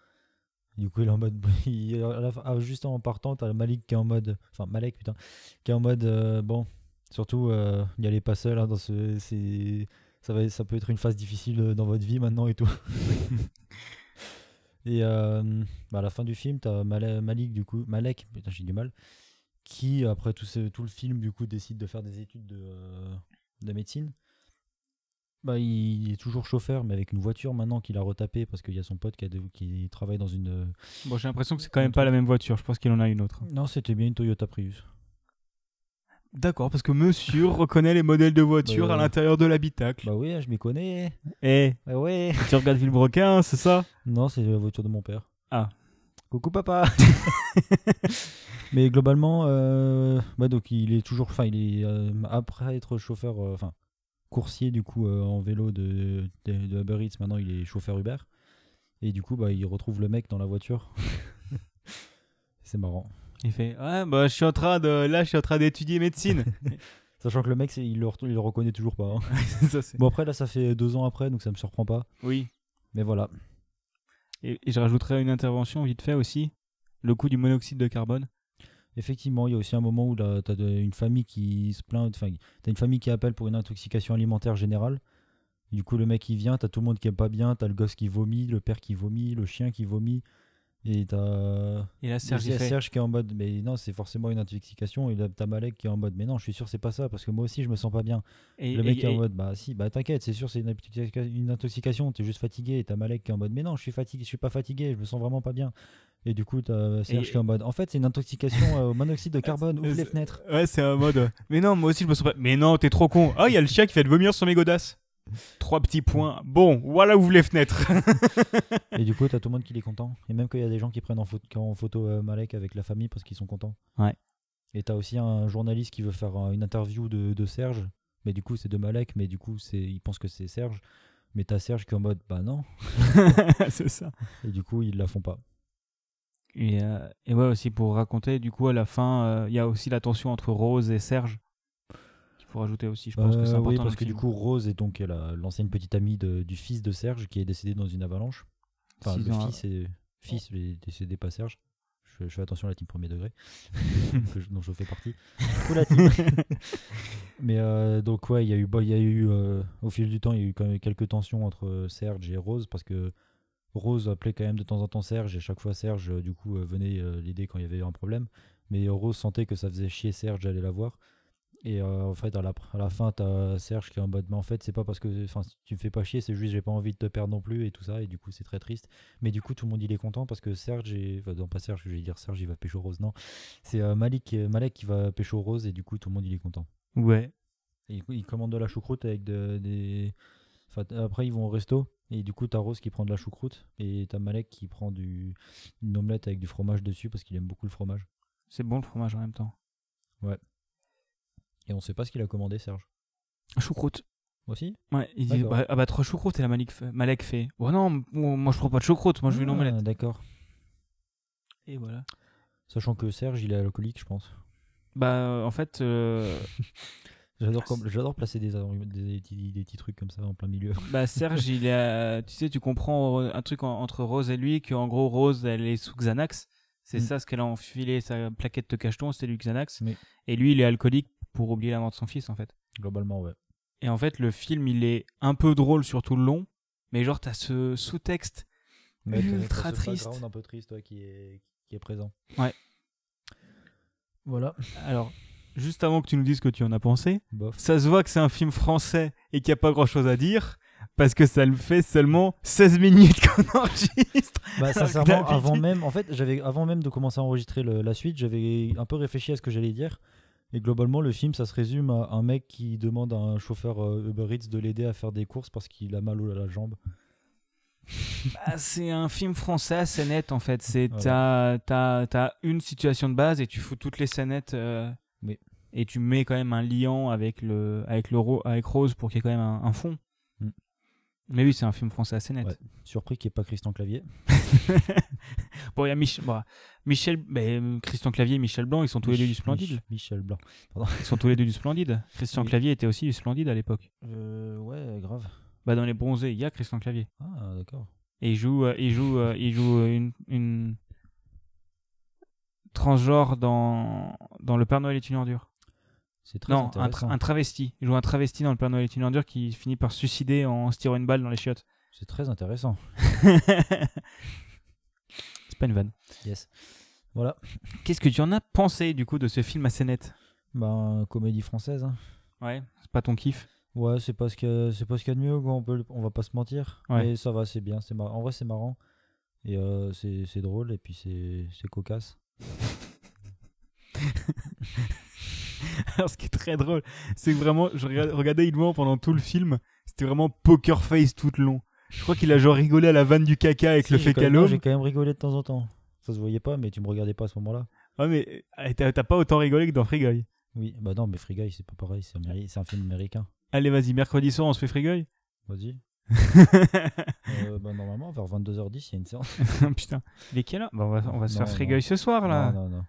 S2: Du coup, il est en mode il- à la fin- ah, juste en partant, t'as Malik qui est en mode enfin Malek putain, qui est en mode euh, bon, surtout euh, n'y allez pas seul hein, dans ce c'est ça va ça peut être une phase difficile euh, dans votre vie maintenant et tout. et euh, bah, à la fin du film, t'as Mala- Malik du coup, Malek, putain, j'ai du mal qui, après tout, ce- tout le film, du coup, décide de faire des études de, euh, de médecine. Bah, il est toujours chauffeur, mais avec une voiture maintenant qu'il a retapée parce qu'il y a son pote qui, a de- qui travaille dans une. euh,
S1: Bon, j'ai l'impression que c'est quand même pas la même voiture. Je pense qu'il en a une autre.
S2: Non, c'était bien une Toyota Prius.
S1: D'accord, parce que monsieur reconnaît les modèles de voitures
S2: Bah,
S1: à l'intérieur de l'habitacle.
S2: Bah oui, je m'y connais.
S1: Eh,
S2: Bah ouais.
S1: tu regardes Villebrequin, c'est ça
S2: Non, c'est la voiture de mon père.
S1: Ah.
S2: Coucou papa. mais globalement, euh, bah donc il est toujours, enfin il est euh, après être chauffeur, euh, enfin coursier du coup euh, en vélo de, de, de Uber Eats. Maintenant il est chauffeur Uber. Et du coup bah il retrouve le mec dans la voiture. C'est marrant.
S1: Il fait Ouais, bah, je suis en train de. Là, je suis en train d'étudier médecine.
S2: Sachant que le mec c'est- il le, re- il le reconnaît toujours pas. hein.
S1: Ça, c'est-
S2: Bon après là ça fait deux ans après donc ça me surprend pas.
S1: Oui.
S2: Mais voilà.
S1: Et, et je rajouterai une intervention vite fait aussi le coût du monoxyde de carbone.
S2: Effectivement, il y a aussi un moment où tu as une famille qui se plaint, enfin, t'as une famille qui appelle pour une intoxication alimentaire générale. Du coup, le mec il vient, t'as tout le monde qui est pas bien, t'as le gosse qui vomit, le père qui vomit, le chien qui vomit, et t'as
S1: Et là, Serge, il
S2: Serge,
S1: fait,
S2: Serge qui est en mode, mais non, c'est forcément une intoxication, et là, t'as Malek qui est en mode, mais non, je suis sûr, c'est pas ça, parce que moi aussi, je me sens pas bien.
S1: et-
S2: le mec
S1: et-
S2: est en
S1: et-
S2: mode, bah si, bah t'inquiète, c'est sûr, c'est une, intoxica- une intoxication, t'es juste fatigué, et t'as Malek qui est en mode, mais non, je suis fatigué, je suis pas fatigué, je me sens vraiment pas bien. Et du coup, t'as Serge
S1: Et- Ah,
S2: qui est en mode, en fait, c'est une intoxication euh, au monoxyde de carbone, ouvre les
S1: c'est-
S2: fenêtres.
S1: Ouais, c'est un mode. euh, Mais non, moi aussi je me sens pas. Mais non, t'es trop con. Ah, il y a le chien qui fait de vomir sur mes godasses. Trois petits points. Bon, voilà, ouvre les fenêtres.
S2: Et du coup, t'as tout le monde qui est content. Et même qu'il y a des gens qui prennent en, photo- qui ont en photo euh, Malek avec la famille parce qu'ils sont contents.
S1: Ouais.
S2: Et t'as aussi un journaliste qui veut faire euh, une interview de, de Serge. Mais du coup, c'est de Malek. Mais du coup, c'est, il pense que c'est Serge. Mais t'as Serge qui est en mode bah non.
S1: c'est ça.
S2: Et du coup, ils la font pas.
S1: Et, euh, et ouais, aussi pour raconter, du coup, à la fin, euh, il y a aussi la tension entre Rose et Serge. Qu'il faut rajouter aussi, je pense que c'est
S2: Euh,
S1: important.
S2: oui,
S1: dans
S2: parce
S1: le
S2: que du
S1: film.
S2: coup, Rose est donc la- l'ancienne petite amie de- du fils de Serge qui est décédé dans une avalanche. Enfin,
S1: Six
S2: le
S1: ans à-
S2: fils est, fils il est décédé, pas Serge. Je, je fais attention à la team premier degré, que je- dont je fais partie. Ou la team. Mais euh, donc, ouais, il y a eu, bah, il y a eu euh, au fil du temps, il y a eu quand même quelques tensions entre euh, Serge et Rose parce que Rose appelait quand même de temps en temps Serge et chaque fois Serge, euh, du coup, euh, venait euh, l'aider quand il y avait un problème. Mais Rose sentait que ça faisait chier Serge d'aller la voir. Et euh, en fait, à la, à la fin, t'as Serge qui est en mode, mais en fait, c'est pas parce que enfin, tu me fais pas chier, c'est juste j'ai pas envie de te perdre non plus et tout ça. Et du coup, c'est très triste. Mais du coup, tout le monde il est content parce que Serge, est... enfin, non, pas Serge, je vais dire Serge, il va pêcher au rose. Non, c'est euh, Malik, euh, Malek qui va pêcher au rose et du coup, tout le monde il est content.
S1: Ouais.
S2: Et du coup, il commande de la choucroute avec de- des. Enfin, t- après, ils vont au resto et du coup, t'as Rose qui prend de la choucroute et t'as Malek qui prend du... une omelette avec du fromage dessus parce qu'il aime beaucoup le fromage.
S1: C'est bon le fromage en même temps.
S2: Et on sait pas ce qu'il a commandé, Serge.
S1: Choucroute.
S2: Moi aussi
S1: Ouais, il dit
S2: D'accord.
S1: bah, Ah bah, trois choucroutes et la Malik fait. Malek fait. Oh non, m- moi je prends pas de choucroute, moi je veux une
S2: Ah,
S1: omelette.
S2: D'accord.
S1: Et voilà.
S2: Sachant que Serge, il est alcoolique, je pense.
S1: Bah, euh, en fait, euh,
S2: J'adore comme- j'adore placer des, arguments- des, petits, des petits trucs comme ça en plein milieu.
S1: Bah Serge, il a, tu sais, tu comprends euh, un truc en- entre Rose et lui, que en gros Rose, elle est sous Xanax. C'est
S2: Mm.
S1: ça ce qu'elle a enfilé, sa plaquette de cacheton, c'était du Xanax.
S2: Oui.
S1: Et lui, il est alcoolique pour oublier la mort de son fils, en fait.
S2: Globalement, ouais.
S1: Et en fait, le film, il est un peu drôle sur tout le long, mais genre, t'as ce sous-texte.
S2: Mais t'as-
S1: Ultra
S2: t'as ce
S1: Mmh, triste.
S2: background un peu triste ouais, qui, est, qui est présent.
S1: Ouais.
S2: Voilà.
S1: Alors, juste avant que tu nous dises ce que tu en as pensé,
S2: Bof.
S1: ça se voit que c'est un film français et qu'il n'y a pas grand chose à dire. Parce que ça le fait seulement 16 minutes qu'on enregistre.
S2: Bah,
S1: Alors que
S2: sincèrement,
S1: d'habitude-
S2: avant même, en fait, j'avais avant même de commencer à enregistrer le- la suite, j'avais un peu réfléchi à ce que j'allais dire. Et globalement, le film, ça se résume à un mec qui demande à un chauffeur euh, Uber Eats de l'aider à faire des courses parce qu'il a mal à la jambe.
S1: Bah, c'est un film français à scénette en fait. C'est t'as- t'as t'as une situation de base et tu fous toutes les scénettes euh,
S2: Oui.
S1: et tu mets quand même un liant avec le avec le ro- avec Rose pour qu'il y ait quand même un, un fond.
S2: Mm.
S1: Mais oui, c'est un film français à scénette.
S2: Ouais. Surpris qu'il n'y ait pas Christian Clavier.
S1: bon, il y a Mich- bon, Michel, mais, euh, Christian Clavier et Michel Blanc, ils sont tous les deux du
S2: Mich-
S1: Splendide.
S2: Mich- Michel Blanc.
S1: Ils sont tous les deux du Splendide. Christian
S2: Oui.
S1: Clavier était aussi du Splendide à l'époque.
S2: Euh, ouais, grave.
S1: Bah dans les bronzés, il y a Christian Clavier.
S2: Ah, d'accord.
S1: Et il joue, euh, il joue, euh, il joue euh, une, une transgenre dans, dans Le Père Noël est une ordure.
S2: C'est très
S1: Non, un, tra-
S2: intéressant.
S1: un travesti. Il joue un travesti dans Le Père Noël est une ordure qui finit par se suicider en se tirant une balle dans les chiottes.
S2: C'est très intéressant.
S1: C'est pas une vanne.
S2: Yes. Voilà.
S1: Qu'est-ce que tu en as pensé du coup de ce film à scénette
S2: Ben, comédie française. hein.
S1: Ouais, c'est pas ton kiff.
S2: Ouais, c'est pas ce que c'est pas ce qu'il y a de mieux, quoi. On peut, le- on va pas se mentir.
S1: Ouais.
S2: Mais ça va, c'est bien, c'est mar- En vrai, c'est marrant et euh, c'est c'est drôle et puis c'est c'est cocasse.
S1: Alors, ce qui est très drôle, c'est que vraiment, je rega- regardais Illouan pendant tout le film. C'était vraiment poker face tout le long. Je crois qu'il a genre rigolé à la vanne du caca avec
S2: Si,
S1: le
S2: j'ai quand même- non,
S1: fécalome.
S2: J'ai quand même rigolé de temps en temps. Ça se voyait pas, mais tu me regardais pas à ce moment-là.
S1: Ouais, mais euh, t'as t'as pas autant rigolé que dans Free Guy.
S2: Oui, bah non, mais Free Guy, c'est pas pareil. C'est améri- c'est un film américain.
S1: Allez, vas-y, mercredi soir, on se fait Free Guy
S2: Vas-y. Euh, bah, normalement, vers 22h10, il y a une séance.
S1: Putain, il est quelle heure Bah, On va, on va se
S2: Non,
S1: faire Free
S2: non.
S1: Guy ce soir, là.
S2: Non, non, non.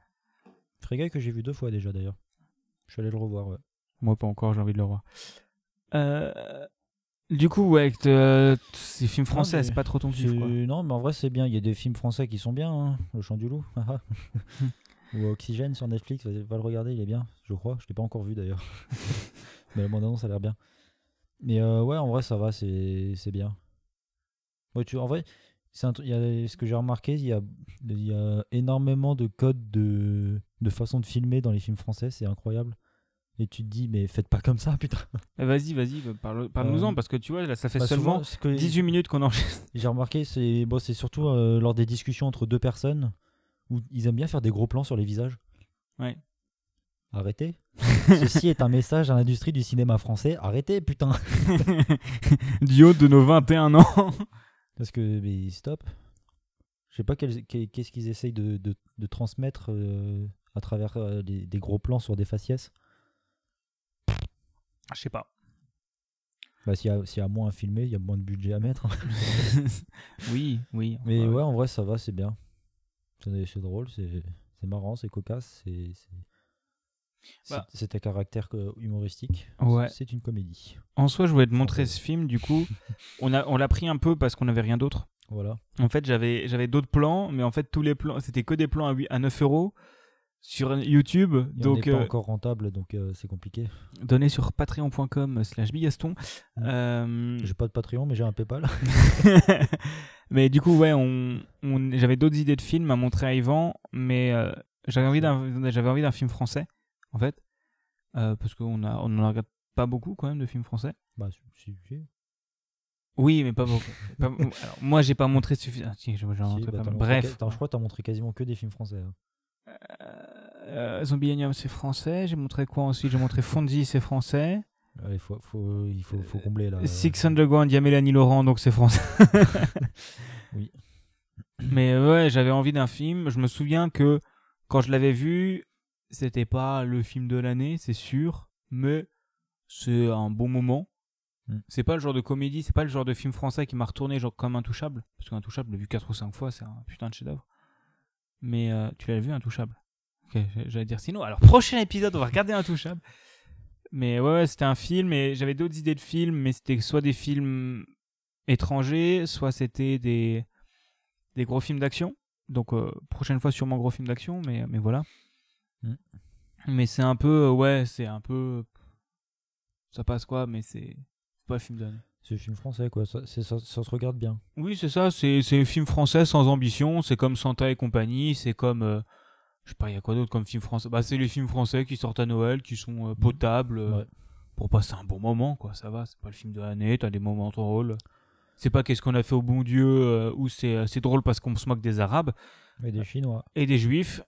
S2: Free Guy que j'ai vu deux fois déjà d'ailleurs. Je suis allé le revoir. Ouais.
S1: Moi, pas encore, j'ai envie de le voir. Euh, Du coup, ouais, euh, t- ces films français,
S2: mais
S1: c'est pas trop ton kiff,
S2: C'est-
S1: quoi.
S2: Non, mais en vrai, c'est bien. Il y a des films français qui sont bien. hein. Le Chant du Loup. haha. Ou Oxygène sur Netflix. Va va le regarder, il est bien, je crois. Je l'ai pas encore vu d'ailleurs. mais la bande-annonce a l'air bien. Mais euh, ouais, en vrai, ça va, c'est c'est bien. Ouais, tu, en vrai, c'est un truc- il y a- ce que j'ai remarqué, il y a, il y a énormément de codes de, de façon de filmer dans les films français. C'est incroyable. Et tu te dis, mais faites pas comme ça, putain.
S1: Euh, Vas-y, vas-y, bah, parle- parle-nous-en, parce que tu vois, là, ça fait
S2: Bah,
S1: seulement
S2: souvent, ce que-
S1: 18 minutes qu'on enregistre.
S2: J'ai remarqué, c'est bon, c'est surtout euh, lors des discussions entre deux personnes où ils aiment bien faire des gros plans sur les visages.
S1: Ouais.
S2: Arrêtez. Ceci est un message à l'industrie du cinéma français. Arrêtez, putain.
S1: du haut de nos 21 ans.
S2: Parce que, mais stop. Je sais pas quel- qu'est- qu'est-ce qu'ils essayent de, de- de transmettre euh, à travers euh, des, des gros plans sur des faciès.
S1: Je sais pas.
S2: Bah, s'il y, a- s'il y a moins à filmer, il y a moins de budget à mettre.
S1: oui, oui.
S2: Mais
S1: Bah Ouais.
S2: ouais, en vrai, ça va, c'est bien. C'est c'est drôle, c'est c'est marrant, c'est cocasse, c'est. c'est- c'est-
S1: Bah.
S2: C'est à caractère euh, humoristique.
S1: Ouais.
S2: C'est c'est une comédie.
S1: En soi, je voulais te montrer ce film. Du coup, on a, on l'a pris un peu parce qu'on n'avait rien d'autre.
S2: Voilà.
S1: En fait, j'avais, j'avais d'autres plans, mais en fait, tous les plans, c'était que des plans à, huit- à 9 euros sur YouTube.
S2: Et on
S1: donc,
S2: n'est pas
S1: euh,
S2: encore rentable, donc euh, c'est compliqué.
S1: donnez sur patreon.com/slash bigaston. Euh,
S2: J'ai pas de Patreon, mais j'ai un PayPal.
S1: mais du coup, ouais, on, on- j'avais d'autres idées de films à montrer à Yvan, mais euh, j'avais envie d'un, j'avais envie d'un film français, en fait, euh, parce qu'on a, on en regarde pas beaucoup quand même de films français.
S2: bah, si- si- si.
S1: Oui, mais pas beaucoup. Pas- alors, moi, j'ai pas montré ah, suffisamment.
S2: Si, bah, t'as montré
S1: Bref,
S2: que- t'as- je crois que t'as montré quasiment que des films français. hein.
S1: euh, Zombielanium, c'est français. J'ai montré quoi ensuite J'ai montré Fonzie, c'est français.
S2: Allez, faut, faut- il faut, faut combler là.
S1: Euh, Six Underground, il y a Mélanie Laurent, donc c'est français.
S2: Oui.
S1: Mais euh, ouais, j'avais envie d'un film. Je me souviens que quand je l'avais vu, c'était pas le film de l'année, c'est sûr, mais c'est un bon moment.
S2: Mm.
S1: C'est pas le genre de comédie, c'est pas le genre de film français qui m'a retourné genre comme Intouchable, parce qu'Intouchable, je l'ai vu 4 ou 5 fois, c'est un putain de chef-d'œuvre. Mais euh, tu l'as vu Intouchable. Ok, j'allais dire sinon. Alors prochain épisode, on va regarder Intouchable. Mais ouais, ouais, c'était un film et j'avais d'autres idées de films, mais c'était soit des films étrangers, soit c'était des, des gros films d'action. Donc euh, prochaine fois sûrement gros film d'action, mais, mais voilà.
S2: Mm.
S1: Mais c'est un peu, euh, ouais, c'est un peu... Ça passe quoi, mais c'est c'est pas le film de l'année.
S2: C'est film français, quoi. Ça, c'est- ça- ça se regarde bien.
S1: Oui, c'est ça, c'est c'est un film français sans ambition, c'est comme Santa et compagnie, c'est comme euh, Je sais pas, il y a quoi d'autre comme film français Bah, c'est les films français qui sortent à Noël, qui sont euh, potables, euh,
S2: Ouais.
S1: pour passer un bon moment, quoi. Ça va, c'est pas le film de l'année, t'as des moments drôles. C'est pas qu'est-ce qu'on a fait au bon Dieu, euh, où c'est euh, c'est drôle parce qu'on se moque des Arabes,
S2: Et des Chinois.
S1: et des Juifs,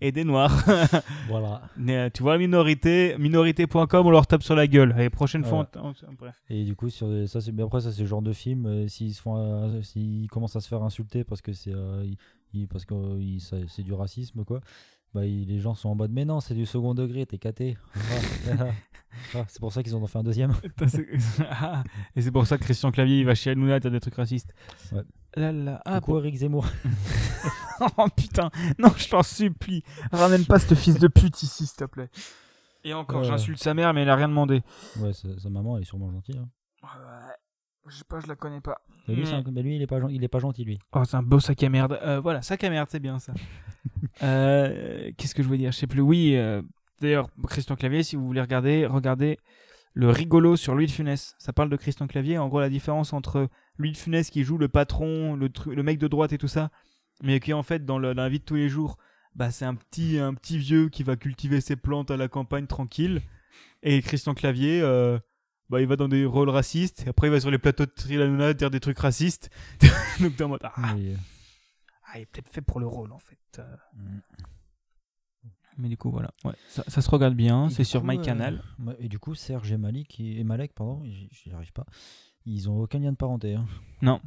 S1: et des Noirs.
S2: Voilà.
S1: Mais, euh, tu vois, minorité, minorité.com, on leur tape sur la gueule. Et prochaine fois, on t- on- bref.
S2: Et du coup, sur des- ça, c'est mais après ça, c'est le genre de film. euh, s'ils se font, euh, s'ils commencent à se faire insulter parce que c'est, euh, ils- ils- parce que euh, ils- ça- c'est du racisme, quoi. Bah, ils- les gens sont en mode, mais non, c'est du second degré, t'es caté. Ah, ah, c'est pour ça qu'ils en ont fait un deuxième.
S1: Putain, c'est- Ah, et c'est pour ça que Christian Clavier, il va chez Hanouna, t'as des trucs racistes.
S2: Ouais.
S1: Là, là, ah,
S2: Coucou, Eric Zemmour.
S1: Oh putain, non, je t'en supplie, ramène pas ce fils de pute ici, s'il te plaît. Euh. Et encore,
S2: Ouais.
S1: j'insulte sa mère, mais elle a rien demandé.
S2: Ouais, sa, sa maman, elle est sûrement gentille. hein.
S1: Je sais pas, je la connais pas.
S2: Mais lui,
S1: Mm.
S2: c'est un- mais lui, il est pas, gen- il est pas gentil, lui.
S1: Oh, c'est un beau sac à merde. Euh, voilà, sac à merde, c'est bien ça. Euh, Qu'est-ce que je voulais dire Je sais plus. Oui, euh, d'ailleurs, Christian Clavier, si vous voulez regarder, regardez le rigolo sur Louis de Funès. Ça parle de Christian Clavier. En gros, la différence entre Louis de Funès qui joue le patron, le, tru- le mec de droite et tout ça, mais qui en fait, dans, le, dans la vie de tous les jours, bah, c'est un petit, un petit vieux qui va cultiver ses plantes à la campagne tranquille. Et Christian Clavier. euh, bah, il va dans des rôles racistes, et après il va sur les plateaux de Trilanona dire des trucs racistes. Donc t'es en mode, ah,
S2: Mais, euh,
S1: ah, il est peut-être fait pour le rôle en fait. Euh,
S2: Mm.
S1: Mais du coup, voilà. Ouais, ça, ça se regarde bien,
S2: Et
S1: c'est
S2: du
S1: sur
S2: coup, euh,
S1: MyCanal.
S2: ouais, et du coup, Serge et Malik et, et Malek, pardon, j'y j'y arrive pas. Ils ont aucun lien de parenté. hein.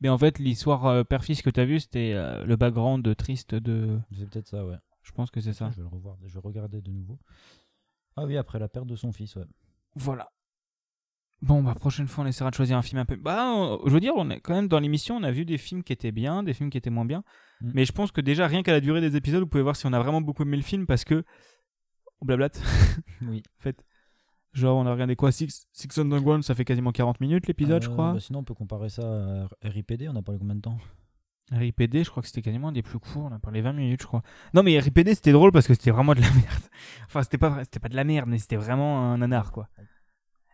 S1: Mais en fait, l'histoire euh, père-fils que t'as vu, c'était euh, le background de- triste de.
S2: C'est peut-être ça, ouais.
S1: Je pense que c'est ça.
S2: Je vais le revoir, je vais regarder de nouveau. Ah oui, après la perte de son fils, ouais.
S1: Voilà. Bon, bah, prochaine fois, on essaiera de choisir un film un peu. Bah, on- je veux dire, on est quand même dans l'émission, on a vu des films qui étaient bien, des films qui étaient moins bien.
S2: Mm.
S1: Mais je pense que déjà, rien qu'à la durée des épisodes, vous pouvez voir si on a vraiment beaucoup aimé le film parce que. On blablate.
S2: Oui.
S1: en fait. Genre, on a regardé quoi Six, Six Underground, ça fait quasiment 40 minutes l'épisode, je
S2: Euh,
S1: crois.
S2: bah sinon, on peut comparer ça à R- RIPD, on a parlé combien de temps
S1: RIPD, je crois que c'était quasiment un des plus courts, on a parlé 20 minutes, je crois. Non, mais RIPD, c'était drôle parce que c'était vraiment de la merde. Enfin, c'était pas, vrai- c'était pas de la merde, mais c'était vraiment un nanar, quoi.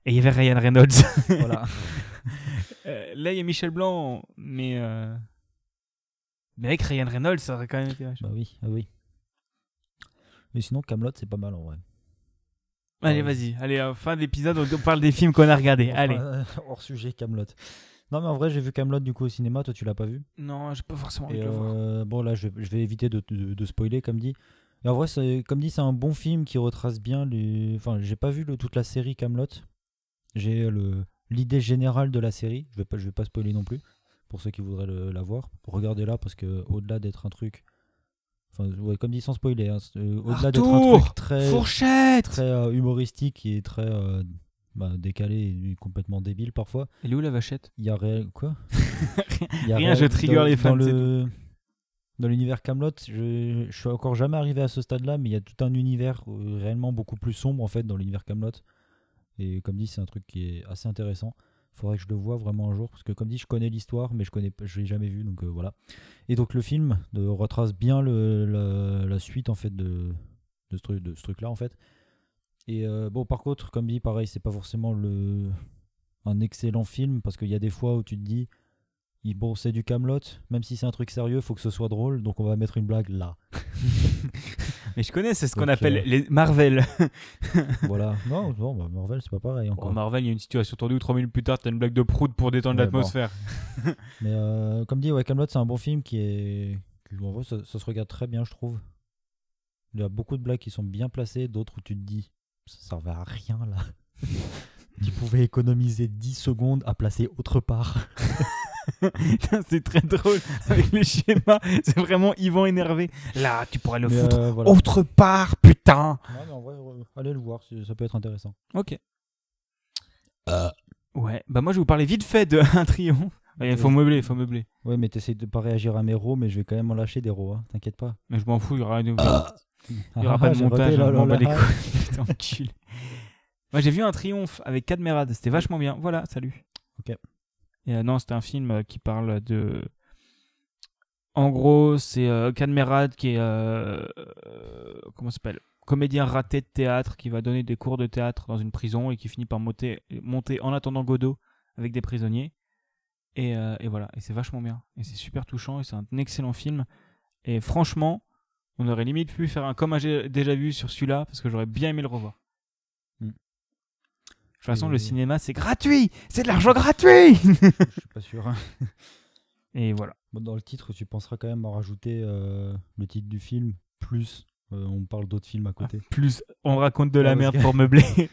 S1: Et il y avait Ryan Reynolds.
S2: Voilà.
S1: Euh, là, il y a Michel Blanc, mais. euh, Mais avec Ryan Reynolds, ça aurait quand même été. vachement-
S2: bah oui, ah oui. Mais sinon, Camelot, c'est pas mal en vrai.
S1: Allez, vas-y, allez, euh, fin de l'épisode, on on parle des films qu'on a regardés. Allez.
S2: Euh, Hors sujet, Camelot. Non, mais en vrai, j'ai vu Camelot du coup au cinéma, toi tu l'as pas vu
S1: Non, j'ai pas forcément envie
S2: Et,
S1: de le voir.
S2: euh, bon, là, je, je vais éviter de, de- de spoiler, comme dit. Et en vrai, c'est- comme dit, c'est un bon film qui retrace bien les. Enfin, j'ai pas vu le- toute la série Camelot. J'ai euh, le l'idée générale de la série. Je vais pas, je vais pas spoiler non plus pour ceux qui voudraient le- la voir. Regardez-la parce que au-delà d'être un truc, enfin, ouais, comme dit sans spoiler, hein, c'est- euh, au-delà d'être un
S1: Arthur
S2: truc très
S1: Fourchette
S2: très euh, humoristique et très euh, bah, décalé et complètement débile parfois.
S1: Elle est où la vachette
S2: Il y a réel quoi Il y a
S1: Rien,
S2: réel-
S1: je trigger
S2: dans-
S1: les fans,
S2: Dans
S1: c'est
S2: le- dans l'univers Camelot, je, je suis encore jamais arrivé à ce stade-là, mais il y a tout un univers euh, réellement beaucoup plus sombre en fait dans l'univers Camelot. Et comme dit, c'est un truc qui est assez intéressant. Faudrait que je le voie vraiment un jour parce que comme dit, je connais l'histoire, mais je connais, pas- je l'ai jamais vu, donc euh, voilà. Et donc le film de, retrace bien le, la, la suite en fait de, de ce truc, de ce truc-là en fait. Et euh, bon, par contre, comme dit, pareil, c'est pas forcément le un excellent film parce qu'il y a des fois où tu te dis il- bon c'est du Camelot même si c'est un truc sérieux faut que ce soit drôle donc on va mettre une blague là
S1: Mais je connais, c'est ce qu'on
S2: Donc,
S1: appelle
S2: euh,
S1: les Marvel.
S2: voilà non non bah, Marvel c'est pas pareil
S1: Bon,
S2: encore
S1: Marvel, il y a une situation tournée où 3 minutes plus tard, t'as une blague de prout pour détendre
S2: Ouais,
S1: l'atmosphère.
S2: mais euh, comme dit ouais Camelot c'est un bon film qui est qui, en vrai, ça, ça se regarde très bien je trouve il y a beaucoup de blagues qui sont bien placées d'autres où tu te dis ça servait à rien là tu pouvais économiser 10 secondes à placer autre part
S1: Putain, c'est très drôle avec les schémas. C'est vraiment Yvan énervé. Là, tu pourrais le
S2: Mais,
S1: foutre
S2: euh, voilà.
S1: autre part, putain.
S2: Non, mais en vrai, euh, allez le voir c'est- ça peut être intéressant
S1: Ok. Ouais, bah moi je vais vous parler vite fait de Un Triomphe. Il faut meubler, il faut meubler.
S2: ouais mais t'essayes de pas réagir à mes rots mais je vais quand même en lâcher des rots hein, t'inquiète pas
S1: Mais je m'en fous, il y aura, une- il y
S2: Ah,
S1: aura pas de
S2: j'ai raté, Ah.
S1: montage.
S2: là,
S1: on
S2: là,
S1: m'en bat
S2: là,
S1: les
S2: là.
S1: couilles. Putain, enculé. Moi j'ai vu Un Triomphe avec Cadmerade, c'était vachement bien. Voilà, salut.
S2: Ok.
S1: Et euh, non, c'était un film euh, qui parle de. En gros, c'est euh, Cadmerade qui est. euh, euh, comment ça s'appelle Comédien raté de théâtre qui va donner des cours de théâtre dans une prison et qui finit par monter, monter en attendant Godot avec des prisonniers. Et, euh, et voilà, et c'est vachement bien. Et c'est super touchant et c'est un excellent film. Et franchement, On aurait limite pu faire un comme un gé- déjà vu sur celui-là parce que j'aurais bien aimé le revoir.
S2: Hmm.
S1: De toute façon,
S2: Et-
S1: le cinéma c'est gratuit, c'est de l'argent gratuit.
S2: Je suis pas sûr. hein.
S1: Et voilà.
S2: Bon, dans le titre, tu penseras quand même à rajouter euh, le titre du film, plus euh, on parle d'autres films à côté.
S1: Plus on raconte de la
S2: Ouais, parce
S1: merde
S2: que-
S1: pour meubler.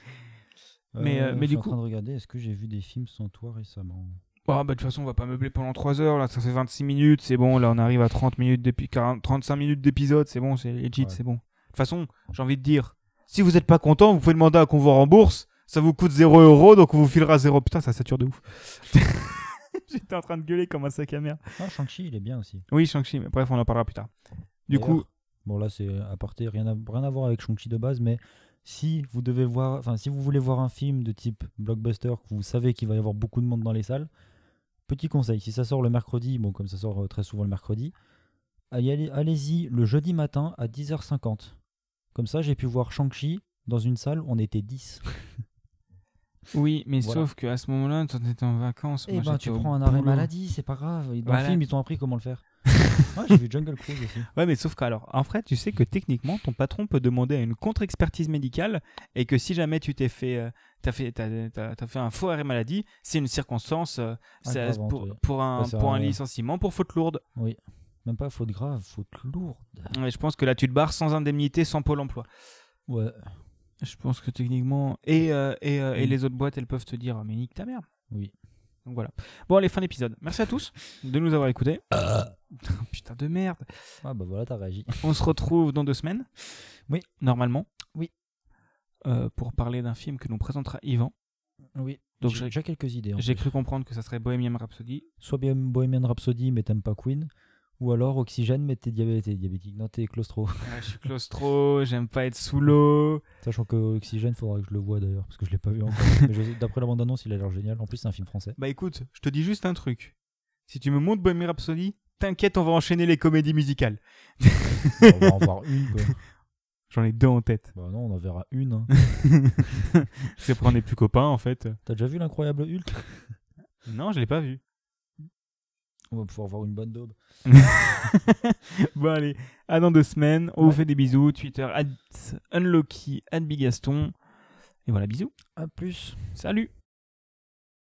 S1: Mais, euh, mais
S2: je
S1: du
S2: suis en
S1: coup-
S2: train de regarder, est-ce que j'ai vu des films sans toi récemment
S1: Ah bah de toute façon, on va pas meubler pendant 3 heures. Là, ça fait 26 minutes, c'est bon. Là, on arrive à 30 minutes depuis 40 35 minutes d'épisode, c'est bon, c'est legit,
S2: Ouais.
S1: c'est bon. De toute façon, j'ai envie de dire, si vous êtes pas content, vous pouvez demander à qu'on vous rembourse. Ça vous coûte 0 euro, donc on vous filera 0. Putain, ça sature de ouf. J'étais en train de gueuler comme un sac à merde.
S2: Ah, Shang-Chi, il est bien aussi.
S1: Oui, Shang-Chi, mais bref, on en parlera plus tard. Du
S2: D'ailleurs,
S1: coup,
S2: Bon, là, c'est à porter, rien à, rien à voir avec Shang-Chi de base, mais si vous devez voir, enfin, si vous voulez voir un film de type blockbuster, que vous savez qu'il va y avoir beaucoup de monde dans les salles, petit conseil, si ça sort le mercredi, bon, comme ça sort euh, très souvent le mercredi, allez- allez- allez-y le jeudi matin à 10h50. Comme ça, j'ai pu voir Shang-Chi dans une salle, on était 10.
S1: oui, mais
S2: Voilà.
S1: sauf qu'à ce moment-là, tu étais en vacances.
S2: Eh
S1: moi,
S2: ben,
S1: j'étais
S2: tu
S1: au
S2: prends un arrêt
S1: boulot.
S2: maladie, c'est pas grave. Dans
S1: Voilà.
S2: le film, ils t'ont appris comment le faire. Ouais, j'ai vu Jungle Cruise aussi.
S1: Ouais, mais sauf qu'alors, en vrai, tu sais que techniquement, ton patron peut demander à une contre-expertise médicale et que si jamais tu t'es fait, euh, t'as fait, t'as, t'as- t'as fait un faux arrêt maladie, c'est une circonstance euh, ça-
S2: Aggravante,
S1: pour,
S2: ouais.
S1: pour un,
S2: Ouais, c'est
S1: pour un
S2: un-
S1: licenciement, pour faute lourde.
S2: Même pas faute grave, faute lourde.
S1: Ouais, je pense que là, tu te barres sans indemnité, sans pôle emploi.
S2: Ouais.
S1: Je pense que techniquement. Et, euh, et, euh, et
S2: Mm.
S1: les autres boîtes, elles peuvent te dire, mais nique ta mère.
S2: Oui.
S1: Donc voilà. Bon, allez, fin d'épisode. Merci à tous de nous avoir écoutés.
S2: Euh.
S1: Putain de merde.
S2: Ah bah voilà, t'as réagi.
S1: On se retrouve dans deux semaines.
S2: Oui.
S1: Normalement.
S2: Oui.
S1: Euh, pour parler d'un film que nous présentera Yvan.
S2: Oui.
S1: Donc
S2: j'ai
S1: j'ai-
S2: déjà quelques idées. en
S1: j'ai
S2: plus.
S1: cru comprendre que ça serait Bohemian Rhapsody.
S2: Soit bien Bohemian Rhapsody, mais t'aimes pas Queen. Ou alors Oxygène, mais t'es diabé- t'es diabétique. Non, t'es claustro.
S1: Ouais, je suis claustro, j'aime pas être sous l'eau.
S2: Sachant que Oxygène, faudra que je le vois d'ailleurs, parce que je l'ai pas vu encore. Mais je- D'après la bande-annonce, il a l'air génial. En plus, c'est un film français.
S1: Bah écoute, je te dis juste un truc. Si tu me montres Bohemian Rhapsody, t'inquiète, on va enchaîner les comédies musicales.
S2: on va en voir une. Quoi.
S1: J'en ai deux en tête.
S2: Bah non, on en verra une. hein.
S1: C'est pour on n'est plus copains en fait.
S2: T'as déjà vu l'incroyable Hulk
S1: Non, je l'ai pas vu.
S2: On va pouvoir voir une bonne daube.
S1: bon allez, à dans deux semaines. On vous
S2: Ouais.
S1: fait des bisous. Twitter, at unlucky, at bigaston. Et voilà, bisous.
S2: À plus.
S1: Salut